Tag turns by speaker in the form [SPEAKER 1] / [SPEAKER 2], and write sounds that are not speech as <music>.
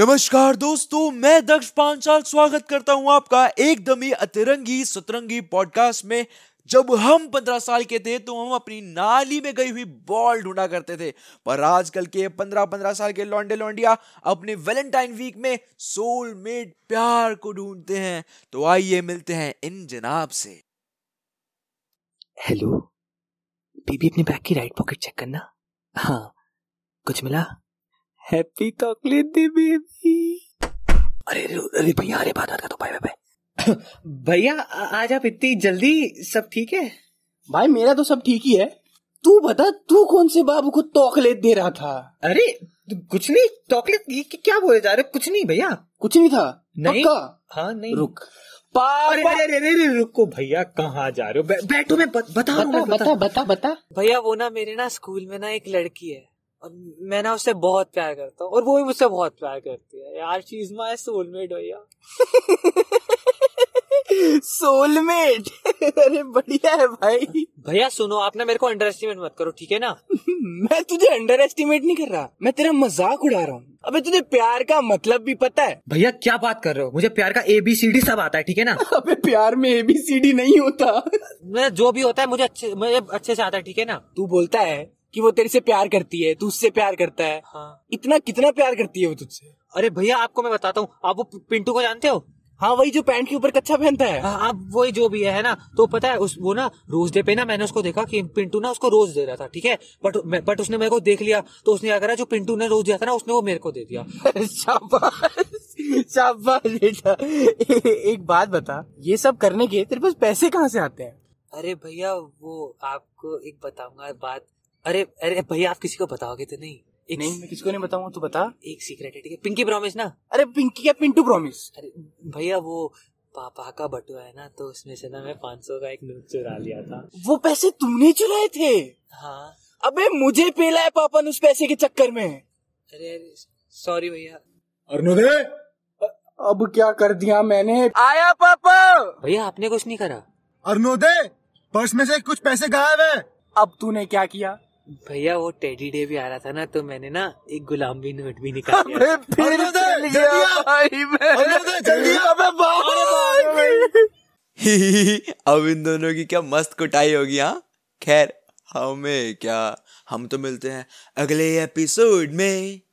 [SPEAKER 1] नमस्कार दोस्तों मैं दक्ष पांचाल स्वागत करता हूं आपका एकदम ही अतिरंगी सतरंगी पॉडकास्ट में जब हम पंद्रह साल के थे तो हम अपनी नाली में गई हुई बॉल ढूंढा करते थे पर आजकल के पंद्रह पंद्रह साल के लौंडे लौंडिया अपने वैलेंटाइन वीक में सोलमेट प्यार को ढूंढते हैं तो आइए मिलते हैं इन जनाब से
[SPEAKER 2] हेलो बीबी अपने बैग की राइट पॉकेट चेक करना हाँ कुछ मिला हैप्पी चॉकलेट दे बेबी अरे अरे, अरे भैया अरे बात बात का तो भाई भाई
[SPEAKER 3] <coughs> भैया आ- आज आप इतनी जल्दी सब ठीक है
[SPEAKER 4] भाई मेरा तो सब ठीक ही है तू बता तू कौन से बाबू को तौकलेट दे रहा था
[SPEAKER 3] अरे कुछ नहीं चॉकलेट ये क्या- क्या बोले जा रहे हो कुछ नहीं भैया
[SPEAKER 4] कुछ नहीं था
[SPEAKER 3] नहीं।
[SPEAKER 4] पक्का
[SPEAKER 3] हाँ नहीं
[SPEAKER 4] रुक
[SPEAKER 3] अरे अरे अरे, अरे अरे रुको भैया कहाँ जा रहे हो बै, बैठो मैं बत, बता रहा हूँ,
[SPEAKER 4] बता
[SPEAKER 3] मैं बता
[SPEAKER 4] बता बता बता
[SPEAKER 5] भैया वो ना मेरे ना स्कूल में ना एक लड़की है और मैं ना उससे बहुत प्यार करता हूँ और वो भी मुझसे बहुत प्यार करती है यार शी इज माय सोलमेट भैया
[SPEAKER 4] सोलमेट अरे बढ़िया है भाई
[SPEAKER 5] भैया सुनो आप ना मेरे को अंडर एस्टिमेट मत करो ठीक है ना
[SPEAKER 4] मैं तुझे अंडर एस्टिमेट नहीं कर रहा मैं तेरा मजाक उड़ा रहा हूँ अबे तुझे प्यार का मतलब भी पता है
[SPEAKER 3] भैया क्या बात कर रहे हो मुझे प्यार का ए बी सी डी सब आता है ठीक है ना
[SPEAKER 4] अबे प्यार में एबीसीडी नहीं होता
[SPEAKER 5] मैं जो भी होता है मुझे अच्छे मुझे अच्छे से आता है ठीक है ना
[SPEAKER 4] तू बोलता है कि वो तेरे से प्यार करती है तू उससे प्यार करता है
[SPEAKER 5] हाँ
[SPEAKER 4] इतना कितना प्यार करती है वो तुझसे
[SPEAKER 5] अरे भैया आपको मैं बताता हूँ आप वो पिंटू को जानते हो
[SPEAKER 4] हाँ वही जो पैंट के ऊपर कच्चा पहनता है
[SPEAKER 5] हाँ आप वही जो भी है है ना तो पता है उस वो ना रोज डे पे ना मैंने उसको देखा कि पिंटू ना उसको रोज दे रहा था ठीक है बट बट उसने मेरे को देख लिया तो उसने क्या करा जो पिंटू ने रोज दिया था ना उसने वो मेरे को दे दिया
[SPEAKER 4] शाबाश शाबाश बेटा एक बात बता ये सब करने के तेरे पास पैसे कहाँ से आते हैं
[SPEAKER 5] अरे भैया वो आपको एक बताऊंगा बात अरे अरे भैया आप किसी को बताओगे तो नहीं एक
[SPEAKER 4] नहीं मैं किसको नहीं बताऊंगा तू बता
[SPEAKER 5] एक सीक्रेट है ठीक है पिंकी प्रॉमिस ना
[SPEAKER 4] अरे पिंकी या पिंटू प्रॉमिस
[SPEAKER 5] अरे भैया वो पापा का बटुआ है ना तो उसमें से ना मैं पाँच सौ का एक नोट चुरा लिया था
[SPEAKER 4] वो पैसे तूने चुराए थे
[SPEAKER 5] हाँ
[SPEAKER 4] अबे मुझे पेला है पापा ने उस पैसे के चक्कर में
[SPEAKER 5] अरे अरे सॉरी भैया
[SPEAKER 3] अरुणोदय
[SPEAKER 4] अब क्या कर दिया मैंने आया पापा
[SPEAKER 5] भैया आपने कुछ नहीं करा
[SPEAKER 3] अरुणोदय पर्स में से कुछ पैसे गायब है
[SPEAKER 4] अब तूने क्या किया
[SPEAKER 5] भैया वो टेडी डे भी आ रहा था ना तो मैंने ना एक गुलाम भी नोट भी निकाल लिया
[SPEAKER 4] अबे फिर
[SPEAKER 3] अरुणोदय,
[SPEAKER 4] चल
[SPEAKER 3] जल्दी
[SPEAKER 4] गया
[SPEAKER 3] आ।
[SPEAKER 4] भाई मैं।
[SPEAKER 3] अरुणोदय, जल्दी आ।
[SPEAKER 4] अबे बाप रे।
[SPEAKER 1] <laughs> अब इन दोनों की क्या मस्त कुटाई होगी हाँ खैर हमें क्या हम तो मिलते हैं अगले एपिसोड में